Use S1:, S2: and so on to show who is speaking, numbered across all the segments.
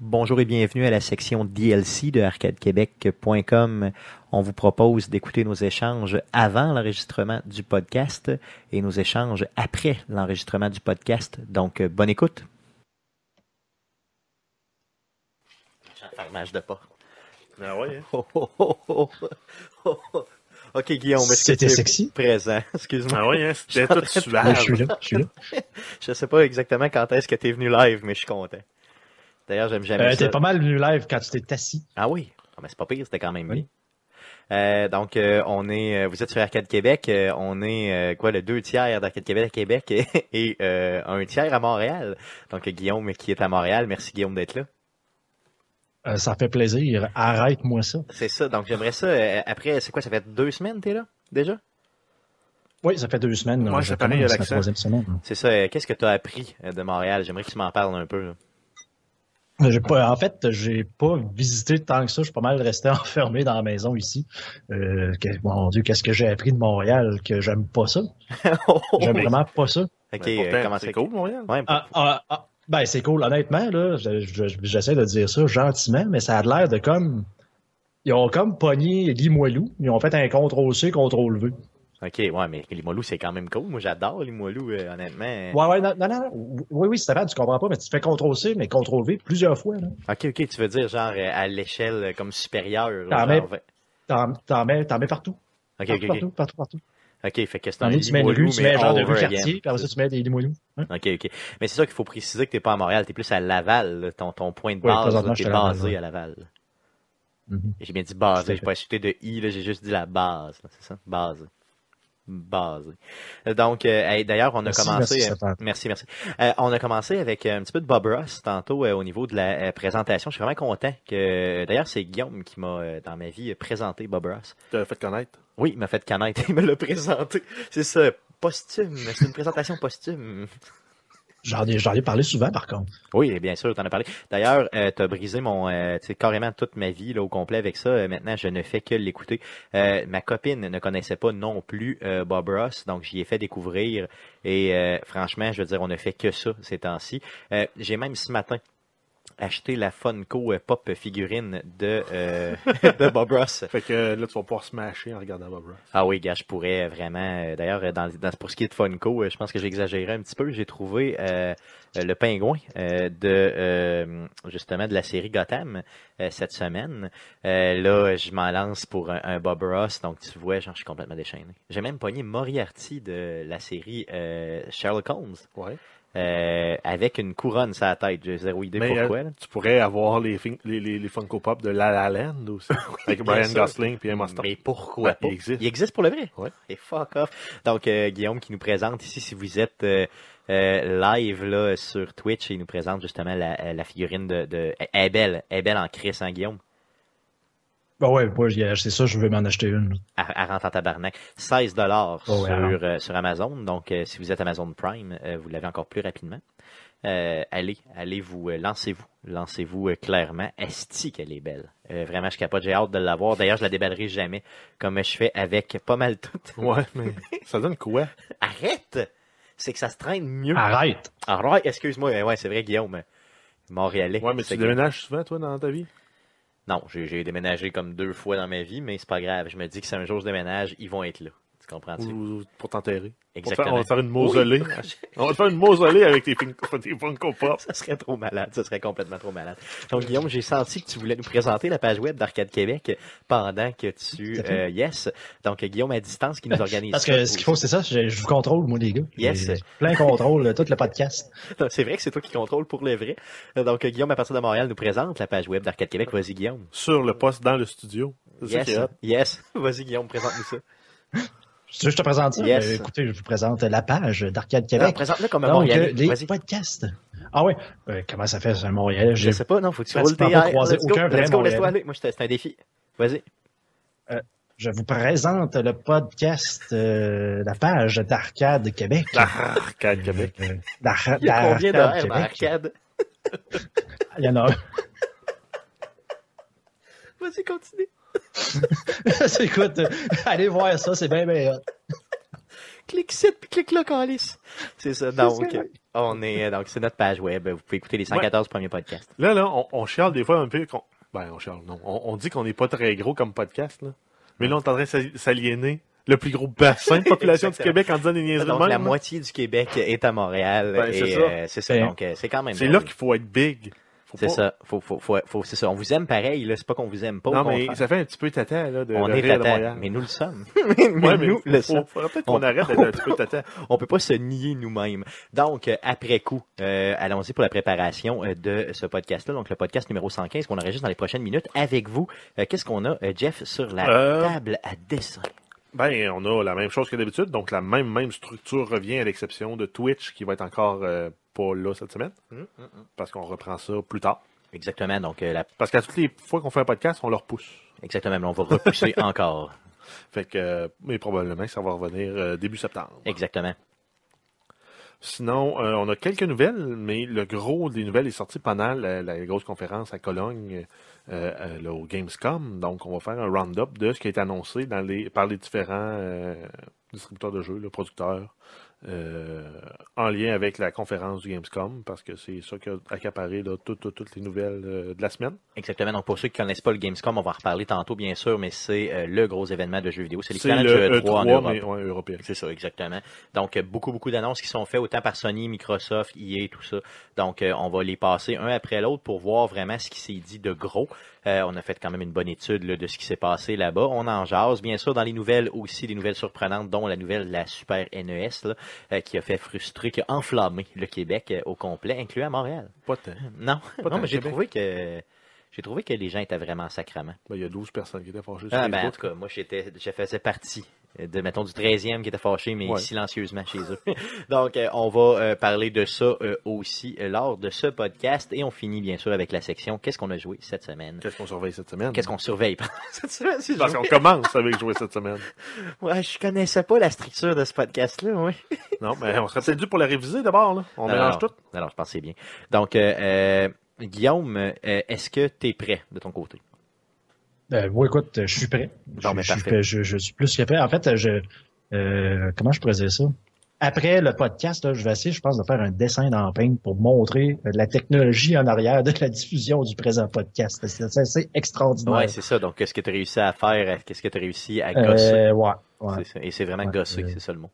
S1: Bonjour et bienvenue à la section DLC de arcadequebec.com. On vous propose d'écouter nos échanges avant l'enregistrement du podcast et nos échanges après l'enregistrement du podcast. Donc, euh, bonne écoute. J'en de pas.
S2: Ah ouais, hein?
S1: Oh, oh, oh, oh, oh, oh. OK, Guillaume, est-ce que tu
S3: C'était
S1: es
S3: sexy.
S1: présent? Excuse-moi.
S2: Ah ouais, hein? C'était tout
S1: Ah,
S3: Ouais, je
S2: suave.
S3: suis là, je suis là. Ah.
S1: Je sais pas exactement quand est-ce que tu es venu live, mais je suis content. D'ailleurs, j'aime jamais
S3: Euh,
S1: Eh ben, ça.
S3: T'es pas mal venu live quand tu t'es assis.
S1: Ah oui, Ah, mais c'est pas pire, c'était quand même
S3: Oui.
S1: bien. Euh, donc, euh, on est, euh, vous êtes sur Arcade Québec, euh, on est euh, quoi, le deux tiers d'Arcade Québec à Québec et, euh, un tiers à Montréal. Donc, Guillaume qui est à Montréal, merci Guillaume d'être là.
S3: Euh, ça fait plaisir. Arrête-moi ça.
S1: C'est ça, donc j'aimerais ça, euh, après, c'est quoi, ça fait deux semaines t'es là, déjà?
S3: Oui, ça fait deux semaines.
S2: Ouais,
S3: là,
S2: c'est
S3: je
S2: pareil,
S3: commence,
S2: il y a
S3: c'est la
S2: l'accent.
S3: troisième semaine.
S1: C'est ça, euh, qu'est-ce que t'as appris euh, de Montréal? J'aimerais que tu m'en parles un peu. là.
S3: Euh, j'ai pas- en fait, j'ai pas visité tant que ça. Je suis pas mal resté enfermé dans la maison ici. Euh, que- mon Dieu, qu'est-ce que j'ai appris de Montréal que j'aime pas ça. J'aime
S1: Oh,
S2: mais-
S3: vraiment pas ça.
S1: ok,
S2: Mais
S1: euh,
S2: pourtant,
S1: comment
S2: c'est
S1: ça-
S2: cool, Montréal.
S1: Ouais,
S3: Ah, ah, ah, ben, c'est cool. Honnêtement, là, je- je- j'essaie de dire ça gentiment, mais ça a l'air de comme. Ils ont comme pogné Limoilou. Ils ont fait un CTRL-C, CTRL-V.
S1: Ok, ouais, mais Limoilou, c'est quand même cool. Moi, j'adore Limoilou, euh, honnêtement.
S3: Ouais, ouais, non, non, non. Oui, oui, c'est vrai, tu comprends pas, mais tu fais CTRL-C, mais CTRL-V plusieurs fois. Là.
S1: Ok, ok, tu veux dire genre euh, à l'échelle euh, comme supérieure.
S3: Ah,
S1: genre,
S3: mais-
S1: ouais.
S3: T'en, t'en mets, t'en mets partout.
S1: Ok,
S3: Partout,
S1: ok, ok.
S3: partout, partout, partout.
S1: Ok, fait que c'est
S3: T'en
S1: un
S3: mets, tu mets une
S1: Limoilou,
S3: rue, tu mets
S1: mais
S3: un genre de rue
S1: over
S3: quartier, puis
S1: again.
S3: après ça, tu mets des Limoilou. Hein?
S1: Ok, ok. Mais c'est ça qu'il faut préciser que t'es pas à Montréal, t'es plus à Laval. là. Ton, ton point de
S3: Oui,
S1: base,
S3: présentement,
S1: là,
S3: je
S1: t'es
S3: suis à Laval,
S1: basé
S3: ouais.
S1: à Laval.
S3: Mhm.
S1: J'ai bien dit
S3: Tout
S1: basé,
S3: à
S1: j'ai pas ajouté de i, là, j'ai juste dit la base, là, c'est ça? Basé. Basé. Euh, Donc, euh, hey, d'ailleurs, on a
S3: Merci,
S1: commencé.
S3: merci,
S1: euh,
S3: Stéphane.
S1: Merci, merci. Euh, on a commencé avec euh, un petit peu de Bob Ross tantôt euh, au niveau de la euh, présentation. Je suis vraiment content que. D'ailleurs, c'est Guillaume qui m'a, euh, dans ma vie, euh, présenté Bob Ross.
S2: T'as fait connaître.
S1: Oui, il m'a fait connaître, il me l'a présenté. C'est ça, posthume. C'est une présentation posthume.
S3: J'en, ai, j'en ai parlé souvent, par contre.
S1: Oui, bien sûr, t'en as parlé. D'ailleurs, euh, t'as brisé mon, euh, tu sais, carrément toute ma vie là au complet avec ça. Euh, maintenant, je ne fais que l'écouter. Euh, ma copine ne connaissait pas non plus euh, Bob Ross, donc j'y ai fait découvrir. Et euh, franchement, je veux dire, on ne fait que ça ces temps-ci. Euh, J'ai même ce matin acheté la Funko euh, Pop figurine de euh, de Bob Ross.
S2: Fait que euh, là, tu vas pouvoir smasher en regardant Bob Ross.
S1: Ah oui, gars, je pourrais vraiment. euh, D'ailleurs, euh, dans, dans- pour ce qui est de Funko, euh, je pense que j'ai exagéré un petit peu. J'ai trouvé euh, euh, le pingouin euh, de euh, justement de la série Gotham euh, cette semaine. Euh, là, je m'en lance pour un, un Bob Ross, donc tu vois, genre, je suis complètement déchaîné. J'ai même pogné Moriarty de la série euh, Sherlock Holmes
S2: Ouais.
S1: euh, avec une couronne sur la tête. J'ai zéro idée
S2: Mais,
S1: pourquoi. là.
S2: Tu pourrais avoir les, fin- les, les, les Funko Pop de La La Land aussi. avec
S1: bien
S2: Brian
S1: sûr.
S2: Gosling puis Emma Stone.
S1: Mais pourquoi
S2: Ben,
S1: pas?
S2: il existe.
S1: Il existe pour le vrai.
S2: Ouais.
S1: Et fuck off. Donc, euh, Guillaume qui nous présente ici, si vous êtes euh, euh, live là, sur Twitch, il nous présente justement la, euh, la figurine de, de... Elle est belle. Elle est belle en Chris, hein, Guillaume?
S3: Bah ouais, moi, j'y ai- c'est ça, je vais m'en acheter une.
S1: Elle, elle rentre en tabarnak. 16 dollars
S3: Oh, ouais,
S1: sur,
S3: alors.
S1: euh, sur Amazon. Donc, euh, si vous êtes Amazon Prime, euh, vous l'avez encore plus rapidement. Euh, allez, allez vous, euh, lancez-vous, lancez-vous euh, clairement. Esti qu'elle est belle. Euh, vraiment, je capote, j'ai hâte de l'avoir. D'ailleurs, je la déballerai jamais, comme je fais avec pas mal tout.
S2: Ouais, mais ça donne quoi?
S1: Arrête! C'est que ça se traîne mieux.
S3: Arrête!
S1: Alright, excuse-moi, mais Ah, ouais, c'est vrai, Guillaume. euh, Montréalais.
S2: Ouais, mais
S1: C'est
S2: tu
S1: que-
S2: déménages souvent, toi, dans ta vie?
S1: Non, j'ai j'ai déménagé comme deux fois dans ma vie, mais c'est pas grave. Je me dis que si un jour je déménage, ils vont être là. Tu comprends-tu?
S2: Ou, ou pour t'enterrer? Pour te faire-
S1: Exactement.
S2: on va te faire une mausolée. On va te faire une mausolée avec tes, fin- tes Funko Pop.
S1: Ça serait trop malade, ça serait complètement trop malade. Donc, Guillaume, j'ai senti que tu voulais nous présenter la page web d'Arcade Québec pendant que tu.
S3: Tout à fait.
S1: euh, yes. Donc, Guillaume à distance qui nous organise.
S3: Parce
S1: ça
S3: que ce qu'il faut, c'est ça, je, je vous contrôle, moi, les gars.
S1: Yes.
S3: J'ai Plein contrôle, tout le podcast.
S1: aussi. C'est vrai que c'est toi qui contrôle pour le vrai. Donc, Guillaume, à partir de Montréal, nous présente la page web d'Arcade Québec. Vas-y, Guillaume.
S2: Sur le poste, dans le studio. C'est ça qui est
S1: Yes.
S2: hot.
S1: Yes. Vas-y, Guillaume, présente-nous ça.
S3: Tu veux que je te présente ça?
S1: Yes.
S3: Ben, écoutez, je vous présente la page d'Arcade
S2: Eh
S1: Non,
S2: ben,
S3: Québec.
S1: Présente-le comme un
S3: Donc,
S1: Montréalais.
S3: euh, les
S1: Vas-y.
S3: podcasts. Ah ouais, Ben, comment ça fait, c'est un Montréal?
S1: Je
S3: J'ai
S1: sais pas, non, faut que tu roules tes
S3: pratiquement pas
S1: airs.
S3: croisé
S1: Let's go,
S3: aucun vrai
S1: let's go, laisse-toi
S3: Montréalais.
S1: aller. Moi, je te- c'est un défi. Vas-y.
S2: Ah,
S3: Je vous présente le podcast, euh, la page d'Arcade Québec.
S2: Arcade Québec.
S3: Euh, d'Ar-
S1: Il y a combien
S3: d'Arcade
S1: d'heures dans
S3: Québec.
S1: l'arcade?
S3: Il y en a un.
S1: Vas-y, continue.
S3: Écoute, euh, allez voir ça, c'est bien, bien hot.
S1: clique site, puis clique là, Calice. C'est ça. Donc, euh, on est, donc, c'est notre page web. Vous pouvez écouter les 114 premiers podcasts.
S2: Là, là, on, on chiale des fois un peu. qu'on- Ben, on chiale, non. On, on dit qu'on n'est pas très gros comme podcast, là. Mais là, on est en train de s'al- s'aliéner le plus gros bassin de population du
S1: Exactement.
S2: Québec en disant des niaiseries de
S1: Donc,
S2: même,
S1: la
S2: là.
S1: moitié du Québec est à Montréal. et,
S2: Ben, c'est ça.
S1: euh, c'est ça.
S3: Ben,
S1: Donc, euh, c'est quand même.
S2: C'est
S1: drôle.
S2: là qu'il faut être big. Faut
S1: C'est
S2: pas-
S1: ça. Faut, faut, faut, faut- c'est ça. On vous aime pareil, là. C'est pas qu'on vous aime pas. au
S2: Non, mais
S1: contraire.
S2: ça fait un petit peu tata, là, de,
S1: on
S2: de
S1: est
S2: rire de
S1: tata,
S2: Montréal.
S1: mais nous le sommes. mais
S2: Ouais, mais
S1: nous le
S2: faut,
S1: sommes.
S2: faudrait peut-être qu'on
S1: On-
S2: arrête d'être un petit peu tata.
S1: On peut pas se nier nous-mêmes. Donc, euh, après coup, euh, allons-y pour la préparation euh, de ce podcast-là. Donc, le podcast numéro 115 qu'on enregistre dans les prochaines minutes avec vous. Euh, Qu'est-ce qu'on a, euh, Jeff, sur la
S2: Euh,
S1: table à dessin?
S2: Ben, on a la même chose que d'habitude, donc la même même structure revient à l'exception de Twitch qui va être encore euh, pas là cette semaine,
S1: Mm,
S2: parce qu'on reprend ça plus tard.
S1: Exactement. Donc, euh, la...
S2: Parce qu'à toutes les fois qu'on fait un podcast, on le repousse.
S1: exactement. mais On va repousser encore.
S2: Fait que, euh, mais probablement que ça va revenir euh, début septembre.
S1: Exactement.
S2: Sinon, euh, on a quelques nouvelles, mais le gros des nouvelles est sorti pendant la, la grosse conférence à Cologne euh, euh, là, au Gamescom. Donc, on va faire un round-up de ce qui est annoncé dans les, par les différents euh, distributeurs de jeux, le producteurs, euh, en lien avec la conférence du Gamescom, parce que c'est ça qui a accaparé là, tout- tout- toutes les nouvelles euh, de la semaine.
S1: Exactement. Donc, pour ceux qui connaissent pas le Gamescom, on va en reparler tantôt, bien sûr, mais c'est euh, le gros événement de jeux vidéo. C'est l'équivalent du
S2: le E
S1: E3, en Europe.
S2: mais ouais, européen.
S1: C'est ça, exactement. Donc, euh, beaucoup, beaucoup d'annonces qui sont faites autant par Sony, Microsoft, EA, tout ça. Donc, euh, on va les passer un après l'autre pour voir vraiment ce qui s'est dit de gros. Euh, on a fait quand même une bonne étude là, de ce qui s'est passé là-bas. On en jase. Bien sûr, dans les nouvelles aussi, des nouvelles surprenantes, dont la nouvelle de la Super NES, là, euh, qui a fait frustrer, qui a enflammé le Québec euh, au complet, incluant Montréal.
S2: Pas tant.
S1: Non,
S2: Pas
S1: non
S2: tant
S1: mais j'ai
S2: Québec.
S1: trouvé que... J'ai trouvé que les gens étaient vraiment sacrament.
S2: Ben, Il y a 12 personnes qui étaient fâchées sur
S1: Ah, ben, en
S2: Facebook.
S1: tout cas, moi, j'étais, je faisais partie euh, de, mettons, du 13e qui était fâché, mais
S2: Ouais.
S1: silencieusement chez eux. Donc, euh, on va euh, parler de ça euh, aussi euh, lors de ce podcast. Et on finit, bien sûr, avec la section Qu'est-ce qu'on a joué cette semaine?
S2: Qu'est-ce qu'on surveille cette semaine?
S1: Qu'est-ce qu'on surveille pendant cette semaine? si je-
S2: Parce qu'on commence avec jouer cette semaine.
S1: Ouais, je connaissais pas la structure de ce podcast-là, oui.
S2: Non, mais on serait peut-être dû pour la réviser d'abord. là. On
S1: Non,
S2: mélange
S1: non.
S2: tout.
S1: Alors, je pense que c'est bien. Donc, euh, euh, Guillaume, euh, est-ce que tu es prêt de ton côté?
S3: Euh, oui, écoute, je suis prêt.
S1: Bon,
S3: je,
S1: mais
S3: je suis
S1: parfait.
S3: prêt. Je- je suis plus que prêt. En fait, je, euh, comment je faisais ça? Après le podcast, là, je vais essayer, je pense, de faire un dessin dans Paint pour montrer euh, la technologie en arrière de la diffusion du présent podcast. C'est c'est assez extraordinaire.
S1: Ouais, c'est ça. Donc, qu'est-ce que tu as réussi à faire? euh, Qu'est-ce que tu as réussi à gosser?
S3: Euh, ouais, ouais.
S1: C'est ça. Et c'est vraiment
S3: Ouais,
S1: gosser,
S3: euh,
S1: c'est ça le mot.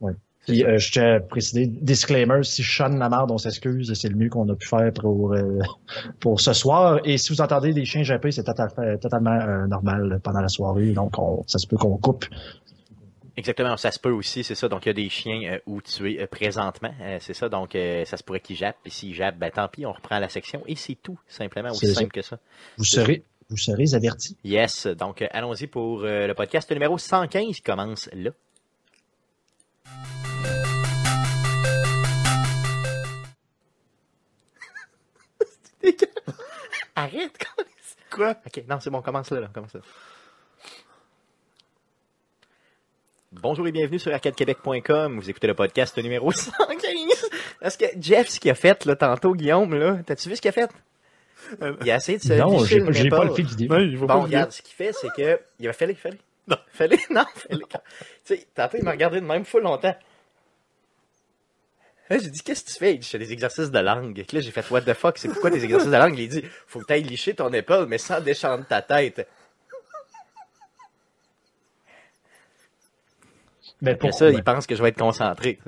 S3: ouais.
S1: C'est
S3: Puis,
S1: ça.
S3: euh, je tiens à préciser, disclaimer, si je chante la marde, on s'excuse, c'est le mieux qu'on a pu faire pour, euh, pour ce soir. Et si vous entendez des chiens japper, c'est tata- euh, totalement euh, normal pendant la soirée, donc on- ça se peut qu'on coupe.
S1: Exactement, ça se peut aussi, c'est ça. Donc, il y a des chiens euh, où tu es euh, présentement, euh, c'est ça. Donc, euh, ça se pourrait qu'ils jappent. Et s'ils jappent, ben tant pis, on reprend la section. Et c'est tout, simplement, aussi
S3: C'est
S1: simple que ça.
S3: Vous serez, vous serez avertis.
S1: Yes, donc euh, allons-y pour euh, le podcast numéro 115 qui commence là. Arrête,
S2: Quoi?
S1: Ok, non, c'est bon, commence là, là, commence là. Bonjour et bienvenue sur arcadequebec.com. Vous écoutez le podcast numéro 115. Parce que Jeff, ce qu'il a fait, là, tantôt, Guillaume, là, t'as-tu vu ce qu'il a fait? Il a essayé de se
S3: Euh, non,
S1: licher
S3: j'ai
S1: le
S3: j'ai pas
S1: nipple.
S3: le fait vidéo.
S2: Non, il
S1: Bon,
S2: faut pas oublier.
S1: regarde, ce qu'il fait, c'est que. Il a fait fallait, fallait. Non. Fallait, non, fallait. Tu sais, tantôt, il m'a regardé de même full longtemps. Là, j'ai dit, qu'est-ce que tu fais? Il dit, je fais des exercices de langue. Fait que Là, j'ai fait, what the fuck, c'est pourquoi des exercices de langue? Il dit, faut que t'ailles licher ton épaule, mais sans déchanter ta tête.
S3: Mais
S1: Après
S3: pourquoi?
S1: ça, il pense que je vais être concentré.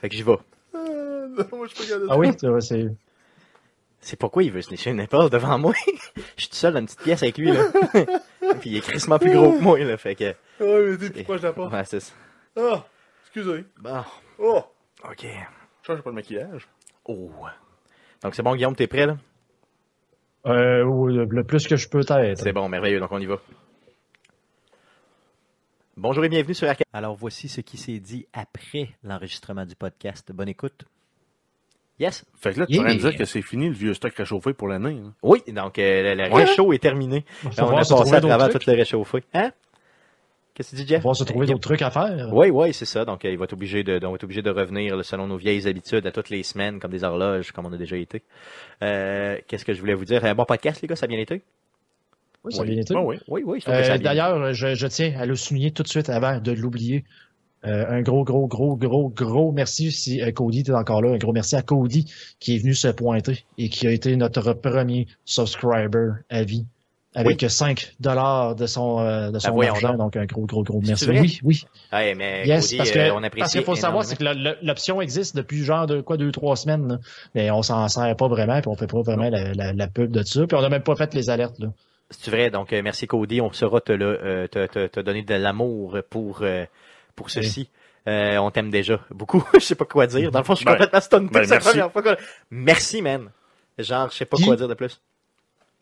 S1: fait que j'y vais.
S2: Euh, non, moi, je suis pas capable de-
S3: Ah oui, tu vois, c'est.
S1: C'est pourquoi il veut se lécher une épaule devant moi. Je suis tout seul dans une petite pièce avec lui, là. Puis il est crissement plus gros que moi, là. Fait que.
S2: Ah oui, mais t'es plus proche de la porte.
S1: Ouais, c'est ça.
S2: Ah, excusez.
S1: Bon,
S2: Oh,
S1: ok.
S2: je change pas de maquillage.
S1: Oh. Donc c'est bon, Guillaume, t'es prêt là?
S3: Euh, ou le, le plus que je peux être.
S1: C'est bon, merveilleux, donc on y va. Bonjour et bienvenue sur Arcade. Alors voici ce qui s'est dit après l'enregistrement du podcast. Bonne écoute. Yes.
S2: Fait que là, tu
S3: Yeah.
S2: vas me dire que c'est fini le vieux stock réchauffé pour l'année. hein.
S1: Oui, donc euh, le, le
S2: Ouais.
S1: réchaud est terminé.
S3: Faut
S1: Ben, on
S3: voir
S1: a
S3: se
S1: passé à
S3: trouver d'autres
S1: travers
S3: trucs.
S1: tout le réchauffé. Hein? Qu'est-ce que tu dis,
S3: Faut
S1: Jeff?
S3: voir se trouver d'autres trucs à faire.
S1: Oui, oui, c'est ça. Donc, euh, il va être obligé de, on va être obligé de revenir là, selon nos vieilles habitudes à toutes les semaines, comme des Euh, horloges, comme on a déjà été. Euh, Qu'est-ce que je voulais vous dire? Un bon podcast, les gars, ça a bien été?
S3: Oui, ça a bien été.
S1: Oui, oui, oui. je trouve que ça
S3: Euh,
S1: a bien-
S3: D'ailleurs, je, je tiens à le souligner tout de suite avant de l'oublier. Euh, un gros, gros, gros, gros, gros merci si euh, Cody était encore là. Un gros merci à Cody qui est venu se pointer et qui a été notre premier subscriber à vie avec 5 dollars de son, euh, de son
S1: voyons
S3: argent.
S1: donc.
S3: Donc, un gros, gros, gros
S1: C'est
S3: merci.
S1: vrai?
S3: Oui, oui.
S1: Ouais, mais
S3: Yes,
S1: Cody,
S3: parce que,
S1: euh, on
S3: parce
S1: apprécie.
S3: qu'il faut savoir, c'est
S1: énormément.
S3: que le- le- l'option existe depuis genre de quoi, deux, trois semaines, là. mais on s'en sert pas vraiment, puis on fait pas vraiment la, la- la pub de ça, puis on a même pas fait les alertes. Là.
S1: C'est vrai, donc euh, merci Cody, on saura te, le- euh, te, te, te donner de l'amour pour, euh, pour ceci. Euh, on t'aime déjà beaucoup, je sais pas quoi dire. Dans le fond, je suis
S2: Ben,
S1: complètement stunté,
S2: ben,
S1: c'est la
S2: merci.
S1: première fois qu'on- Merci, man. Genre, je sais pas
S3: Qui-
S1: quoi dire de plus.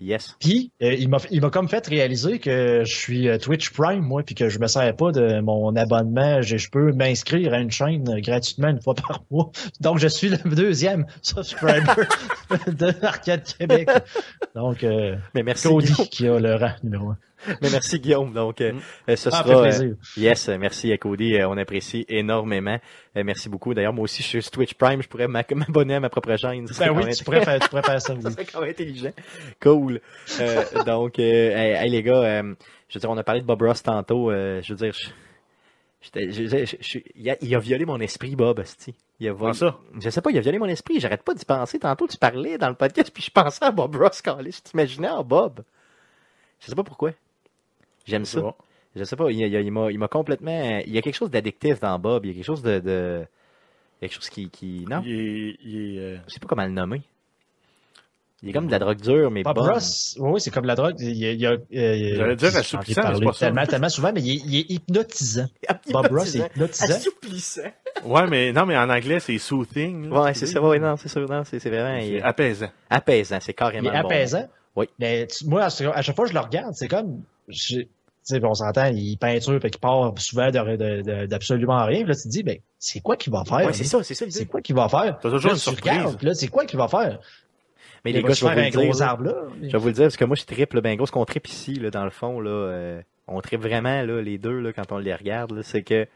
S1: Yes.
S3: Puis euh, il m'a il m'a comme fait réaliser que je suis euh, Twitch Prime, moi, puis que je me sers pas de mon abonnement. Je, je peux m'inscrire à une chaîne euh, gratuitement une fois par mois. Donc je suis le deuxième subscriber de Arcade Québec. Donc euh,
S1: Mais merci,
S3: Cody
S1: Guillaume.
S3: qui a le rang numéro un.
S1: Mais merci, Guillaume. Donc, euh,
S2: Mm.
S1: euh, ce
S3: Ah,
S1: sera.
S3: fait
S1: euh,
S3: plaisir.
S1: Yes, euh, merci à Cody, euh, on apprécie énormément. Euh, Merci beaucoup. D'ailleurs, moi aussi, je suis sur Twitch Prime, je pourrais m'a- m'abonner à ma propre chaîne. Ça serait
S3: Ben
S1: quand
S3: oui,
S1: même-
S3: tu pourrais faire, tu pourrais faire ça.
S1: ça
S3: Oui.
S1: serait quand même intelligent. Cool. Euh, donc, euh, hey, hey, les gars, euh, je veux dire, on a parlé de Bob Ross tantôt. euh, je veux dire, je- j'étais- je- je- je- il, a, il a violé mon esprit, Bob. esti. Il a
S2: Comment
S1: volé-
S2: Ah, ça?
S1: Je sais pas, il a violé mon esprit. J'arrête pas d'y penser. Tantôt, tu parlais dans le podcast, puis je pensais à Bob Ross quand Je t'imaginais en Bob. Je sais pas pourquoi. J'aime ça.
S2: C'est bon.
S1: Je sais pas, il, il- il m'a il m'a complètement. Il y a quelque chose d'addictif dans Bob. Il y a quelque chose de. de- quelque chose qui. qui- non,
S2: Il est. il est, euh,
S1: je sais pas comment le nommer. Il est comme de la drogue dure, mais
S3: Bob
S1: bonne.
S3: Ross, oui, oui, c'est comme la drogue. Il, y a- il, y a- euh, il,
S2: J'allais dire
S3: j'en ai
S2: assoupissant, mais
S3: parlé
S2: c'est pas ça.
S3: Tellement, tellement souvent, mais il, est- il est hypnotisant.
S1: Ah,
S3: Bob Ross est
S1: hypnotisant.
S3: hypnotisant.
S1: Assouplissant.
S2: Ouais, mais non, mais en anglais, c'est soothing. là.
S1: Ouais, c'est ça, ouais, non, euh, c'est ça, non, c'est c'est vraiment
S2: C'est
S1: il est
S2: apaisant.
S1: apaisant, c'est
S3: Il
S1: carrément.
S3: est
S1: le bon
S3: apaisant.
S1: Oui.
S3: Mais tu- moi, à, chaque- à chaque fois que je le regarde, c'est comme. je- tu sais, on s'entend, il peinture, fait qu'il part souvent de- de- de- d'absolument rien. Puis Là, tu te dis, ben, c'est quoi qu'il va
S1: mot.
S3: faire?
S1: Ouais, c'est
S3: lui?
S1: ça, c'est ça
S3: C'est
S1: l'idée.
S3: quoi qu'il va faire?
S2: T'as toujours une
S3: Là, tu
S2: surprise.
S3: regardes, puis là, c'est quoi qu'il va faire?
S1: Mais
S3: Il
S1: les
S3: va
S1: gars,
S3: se
S1: je vais
S3: faire
S1: vous
S3: un
S1: le dire.
S3: gros
S1: là.
S3: arbre là.
S1: Je vais vous le dire, parce que moi, je tripe, là, ben gros, ce qu'on tripe ici, là, dans le fond, là, euh, on tripe vraiment, là, les deux, là, quand on les regarde, là, c'est que,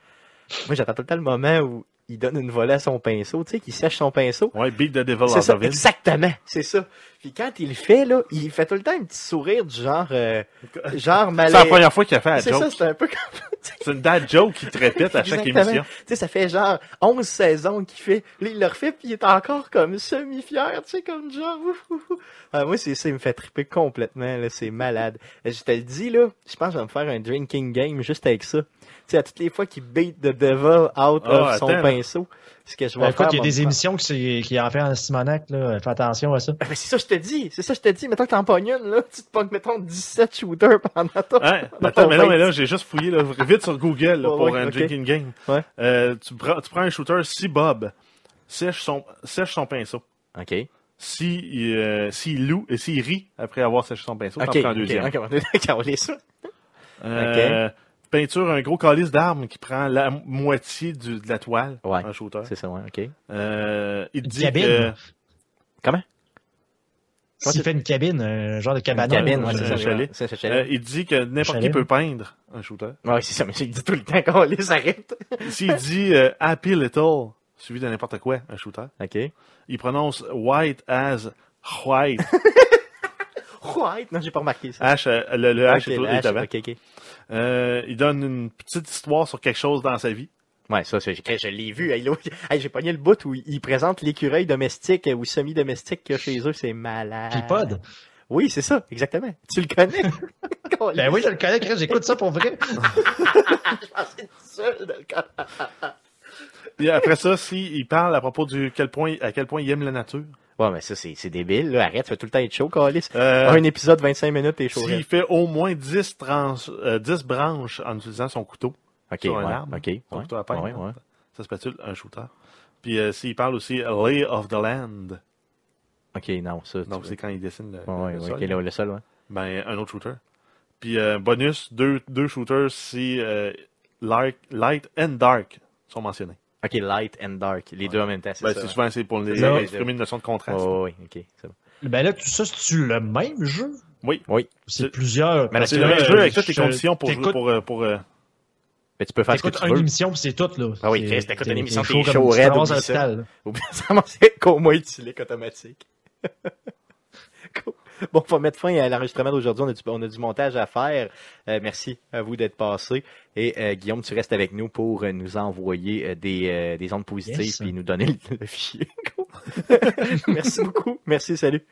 S1: moi, j'attends tout le temps le moment où il donne une volée à son pinceau, tu sais, qu'il sèche son pinceau.
S2: Ouais, beat the devil
S1: C'est
S2: out
S1: ça,
S2: of him.
S1: exactement, c'est ça. Puis quand il le fait, là, il fait tout le temps un petit sourire du genre, euh, genre
S2: C'est la
S1: malaise.
S2: première fois qu'il a fait la
S1: C'est ça,
S2: joke.
S1: c'est un peu comme,
S2: C'est une dad joke qui te répète à chaque
S1: Exactement.
S2: émission.
S1: Tu sais, ça fait genre 11 saisons qu'il fait. Là, il le refait, puis il est encore comme semi-fier, tu sais, comme genre. ouf, ouf, ouf. Ah, moi, c'est ça, il me fait triper complètement, là, c'est malade. Euh, Je te le dis, là, je pense que je vais me faire un drinking game juste avec ça. Tu sais, à toutes les fois qu'il beat the devil out of son
S2: Ah, attends, là.
S1: pinceau, ce que je vais
S3: Euh, écoute,
S1: faire.
S3: il y
S1: va
S3: a des
S1: me faire-
S3: émissions qui, se- qui en fait en Simonac, là. Fais attention à ça.
S1: Ah, ben, c'est ça, je te dis, c'est ça, je te dis. Mettons que t'en pognes une, là, tu te pognes, mettons, 17 shooters pendant ton.
S2: Hein?
S1: Dans
S2: Attends,
S1: ton
S2: mais là,
S1: face.
S2: mais là, j'ai juste fouillé là, vite sur Google là,
S1: Ouais,
S2: pour
S1: ouais,
S2: un
S1: ok.
S2: drinking game.
S1: Ouais.
S2: Euh, tu, prends, tu prends un shooter si Bob sèche son, sèche son pinceau.
S1: Ok.
S2: Si euh, s'il loue et s'il rit après avoir séché son pinceau, t'en
S1: Ok,
S2: prends un
S1: ok,
S2: deuxième.
S1: ok, on est ça.
S2: Euh, Peinture un gros calice d'armes qui prend la moitié du- de la toile.
S1: Ouais.
S2: Un shooter.
S1: C'est ça, ouais, ok.
S2: Euh, il te
S3: Une
S2: dit
S3: cabine.
S2: que-
S1: Toi,
S3: S'il
S1: tu-
S3: fait une cabine, un genre de
S1: Une
S3: cabanon.
S1: cabine,
S3: là,
S1: ouais,
S2: euh,
S1: c'est
S3: je-
S1: ça.
S2: un chalet.
S1: C'est ça,
S2: euh,
S1: chalet.
S2: il te dit que n'importe qui
S3: Chalet.
S2: peut peindre un shooter.
S1: Ouais, c'est ça, mais il dit tout le temps qu'on les arrête.
S2: Ici, il dit euh, Happy Little, suivi de n'importe quoi, un shooter.
S1: OK.
S2: Il prononce White as White.
S1: White, non, j'ai pas remarqué ça.
S2: H, euh, le, le H
S1: Ok,
S2: est, tout-
S1: le
S2: est
S1: H,
S2: avant.
S1: ok, ok.
S2: Euh, il donne une petite histoire sur quelque chose dans sa vie.
S1: Ouais, ça, c'est- eh, je, je l'ai vu. Hey, l'autre- hey, j'ai pogné le bout où il présente l'écureuil domestique euh, ou semi-domestique qu'il y a chez eux. C'est malade.
S3: Puis Pod.
S1: Oui, c'est ça, exactement. Tu le connais?
S3: Ben oui, je le connais, Chris, j'écoute ça pour vrai.
S2: Et après ça, s'il parle à propos du quel point à quel point il aime la nature.
S1: Ouais, mais ça, c'est c'est débile. Là. Arrête, tu vas tout le temps être chaud, Calis.
S2: Euh,
S1: Un épisode, 25 minutes, t'es chaud.
S2: s'il
S1: raide.
S2: fait au moins 10, tranches- euh, 10 branches en utilisant son couteau,
S1: Ok,
S2: sur un
S1: ouais,
S2: arbre.
S1: ok. ouais,
S2: son couteau à peindre,
S1: ouais, ouais.
S2: ça se patule un shooter. Puis euh, s'il parle aussi Lay of the Land,
S1: Ok, non, ça. tu
S2: donc
S1: vois.
S2: c'est quand il dessine le,
S1: Ouais, ouais,
S2: le
S1: ouais,
S2: sol.
S1: ok, là, le sol, ouais.
S2: ben, un autre shooter. Puis euh, bonus, deux, deux shooters si euh, light, light and dark sont mentionnés.
S1: Ok, light and dark. Les deux en même temps, c'est
S2: Ben,
S1: ça.
S2: c'est
S1: ouais.
S2: souvent c'est pour les,
S1: Là-
S2: exprimer une notion de contraste.
S1: Oh, oui, ok, c'est bon.
S3: Ben là, tout ça, c'est-tu le même jeu?
S2: Oui.
S1: Oui.
S3: C'est
S2: C'est-
S3: plusieurs.
S1: Mais là,
S3: parce
S2: C'est
S3: que
S2: le même
S3: là,
S2: jeu avec
S3: euh, je-
S2: toutes les conditions pour jouer
S3: t'écoutes-
S2: pour, euh, pour, euh,
S1: Mais tu peux faire ce que
S3: t'écoutes
S1: tu
S3: une
S1: veux.
S3: émission, puis c'est tout, là.
S1: Ah oui,
S3: C'est-
S1: Chris, t'écoutes une
S3: t'es-
S1: émission,
S3: t'es
S1: t'es
S3: chaud comme-
S1: chaud
S3: tu te
S1: raide,
S3: ramasses à
S1: oublie ça.
S3: l'hôpital, là.
S1: Ou bien ça manquait coma éthylique automatique. Co- Bon, on va mettre fin à l'enregistrement d'aujourd'hui. On, a du- on a du montage à faire. Euh, merci à vous d'être passé. Et euh, Guillaume, tu restes avec nous pour euh, nous envoyer euh, des, euh, des ondes positives
S3: Yes.
S1: et nous donner le, le fichier. merci beaucoup. Merci, salut.